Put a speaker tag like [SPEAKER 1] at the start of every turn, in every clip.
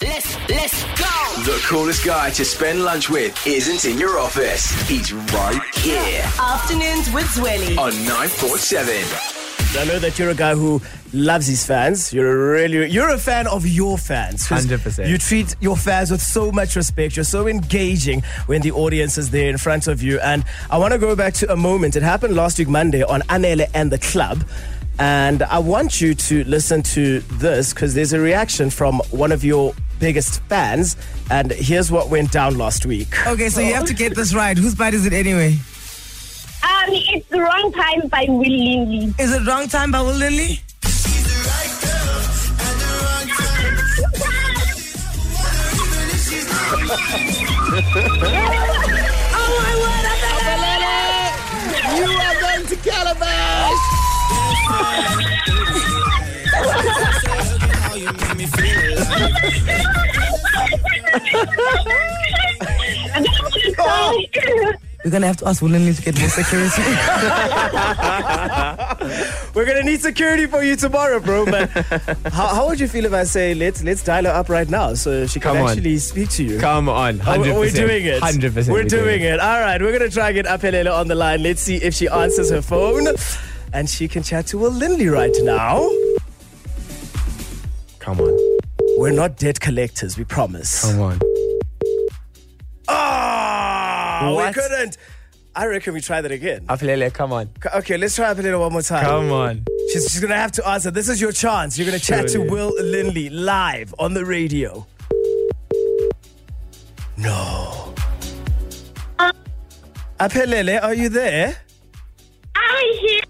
[SPEAKER 1] Let's let's go.
[SPEAKER 2] The coolest guy to spend lunch with isn't in your office. He's right here
[SPEAKER 1] Afternoons with Zwelly.
[SPEAKER 2] on 947.
[SPEAKER 3] I know that you're a guy who loves his fans. You're a really you're a fan of your fans. 'Cause
[SPEAKER 4] 100%.
[SPEAKER 3] You treat your fans with so much respect. You're so engaging when the audience is there in front of you. And I want to go back to a moment. It happened last week Monday on Anele and the Club. And I want you to listen to this because there's a reaction from one of your biggest fans. And here's what went down last week.
[SPEAKER 4] Okay, so you have to get this right. Whose bite is it anyway?
[SPEAKER 5] Um, it's the wrong time by willingly.
[SPEAKER 4] Is it wrong time by Will Lindley?
[SPEAKER 3] Oh.
[SPEAKER 4] We're gonna have to ask Will Lindley to get more security.
[SPEAKER 3] We're gonna need security for you tomorrow, bro. But how, how would you feel if I say let's let's dial her up right now so she can
[SPEAKER 4] Come on.
[SPEAKER 3] actually speak to you?
[SPEAKER 4] Come on,
[SPEAKER 3] Oh,
[SPEAKER 4] hundred percent.
[SPEAKER 3] we're doing it.
[SPEAKER 4] Hundred percent.
[SPEAKER 3] We're doing it. All right, we're gonna try and get Apelele on the line. Let's see if she answers her phone, and she can chat to Will Lindley right now.
[SPEAKER 4] Come on,
[SPEAKER 3] We're not debt collectors, we promise.
[SPEAKER 4] come on.
[SPEAKER 3] Oh,
[SPEAKER 4] What?
[SPEAKER 3] we couldn't. I reckon we try that again.
[SPEAKER 4] Apelele, come on,
[SPEAKER 3] C- Okay, let's try Apelele one more time.
[SPEAKER 4] come on.
[SPEAKER 3] She's, she's gonna have to answer. This is your chance. You're gonna chat to
[SPEAKER 4] Surely.
[SPEAKER 3] Will Lindley live on the radio. No. Apelele, are you there?
[SPEAKER 5] I'm here.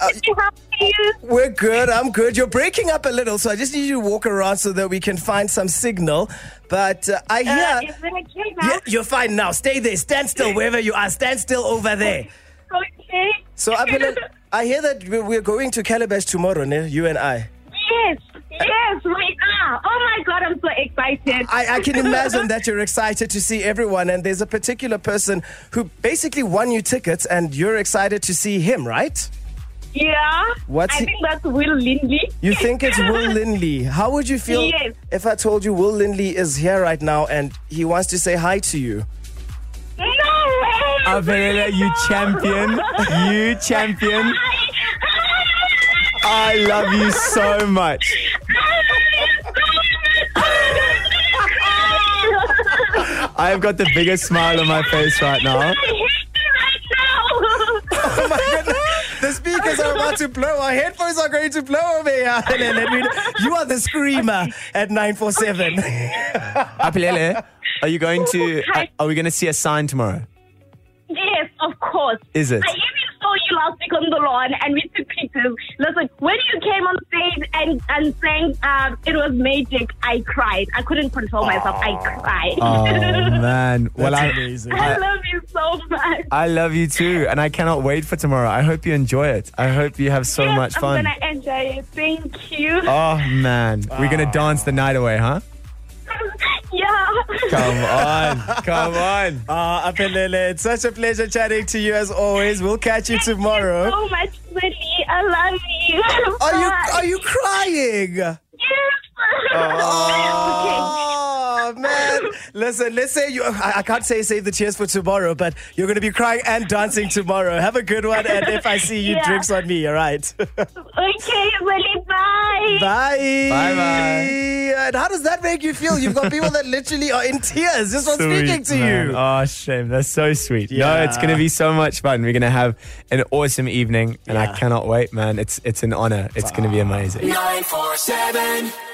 [SPEAKER 3] Uh,
[SPEAKER 5] How are you?
[SPEAKER 3] We're good. I'm good. You're breaking up a little, so I just need you to walk around so that we can find some signal. But uh, I
[SPEAKER 5] Uh,
[SPEAKER 3] hear.
[SPEAKER 5] is it okay now?
[SPEAKER 3] Yeah, you're fine now. Stay there. Stand still wherever you are. Stand still over there.
[SPEAKER 5] Okay.
[SPEAKER 3] So, Apelele, I hear that we- we're going to Calabash tomorrow, ne? you and I.
[SPEAKER 5] yes, yes, we are. Oh my God, I'm so excited.
[SPEAKER 3] I, I can imagine that you're excited to see everyone, and there's a particular person who basically won you tickets, and you're excited to see him, right?
[SPEAKER 5] Yeah.
[SPEAKER 3] What's
[SPEAKER 5] I
[SPEAKER 3] he-
[SPEAKER 5] think that's Will Lindy.
[SPEAKER 3] You think it's Will Lindley. How would you feel
[SPEAKER 5] Yes.
[SPEAKER 3] if I told you Will Lindley is here right now and he wants to say hi to you?
[SPEAKER 5] No way.
[SPEAKER 4] Apelele, you champion, you champion. I love you so much. I've got the biggest smile on my face right now.
[SPEAKER 3] Oh my goodness. The speakers are about to blow. Our headphones are going to blow over here. Helen, let me know. You are the screamer at 947.
[SPEAKER 4] Apelele, are you going to?
[SPEAKER 5] Hi.
[SPEAKER 4] Are we going to see a sign tomorrow?
[SPEAKER 5] Yes, of course.
[SPEAKER 4] Is it?
[SPEAKER 5] I even saw you last week on the lawn and we took pictures. Listen, when you came on stage and, and sang um, It Was Magic, I cried. I couldn't control myself. I cried.
[SPEAKER 4] Oh man, well I,
[SPEAKER 5] I love you so much.
[SPEAKER 4] I love you too, and I cannot wait for tomorrow. I hope you enjoy it. I hope you have so
[SPEAKER 5] yes,
[SPEAKER 4] much fun.
[SPEAKER 5] I'm going to enjoy it. Thank you.
[SPEAKER 4] Oh man, we're gonna dance the night away, huh?
[SPEAKER 5] yeah.
[SPEAKER 4] Come on, come on.
[SPEAKER 3] Ah, Apelele, it's such a pleasure chatting to you as always. We'll catch you tomorrow.
[SPEAKER 5] So much, Lily. Oh, I love you.
[SPEAKER 3] Are you are you crying?
[SPEAKER 5] Yes.
[SPEAKER 3] Oh man! Listen, let's say you. I, I can't say save the tears for tomorrow, but you're going to be crying and dancing tomorrow. Have a good one, and if I see you,
[SPEAKER 5] Yeah.
[SPEAKER 3] drinks on me. All right.
[SPEAKER 5] Okay. Okay, Lily. Bye.
[SPEAKER 3] Bye.
[SPEAKER 4] Bye-bye.
[SPEAKER 3] And how does that make you feel? You've got people that literally are in tears just from speaking to
[SPEAKER 4] man.
[SPEAKER 3] you.
[SPEAKER 4] Oh, shame. That's so sweet. No, it's
[SPEAKER 3] Yeah.
[SPEAKER 4] gonna be so much fun. We're gonna have an awesome evening, and
[SPEAKER 3] Yeah.
[SPEAKER 4] I cannot wait, man. It's it's an honor. It's gonna be amazing.
[SPEAKER 1] 947.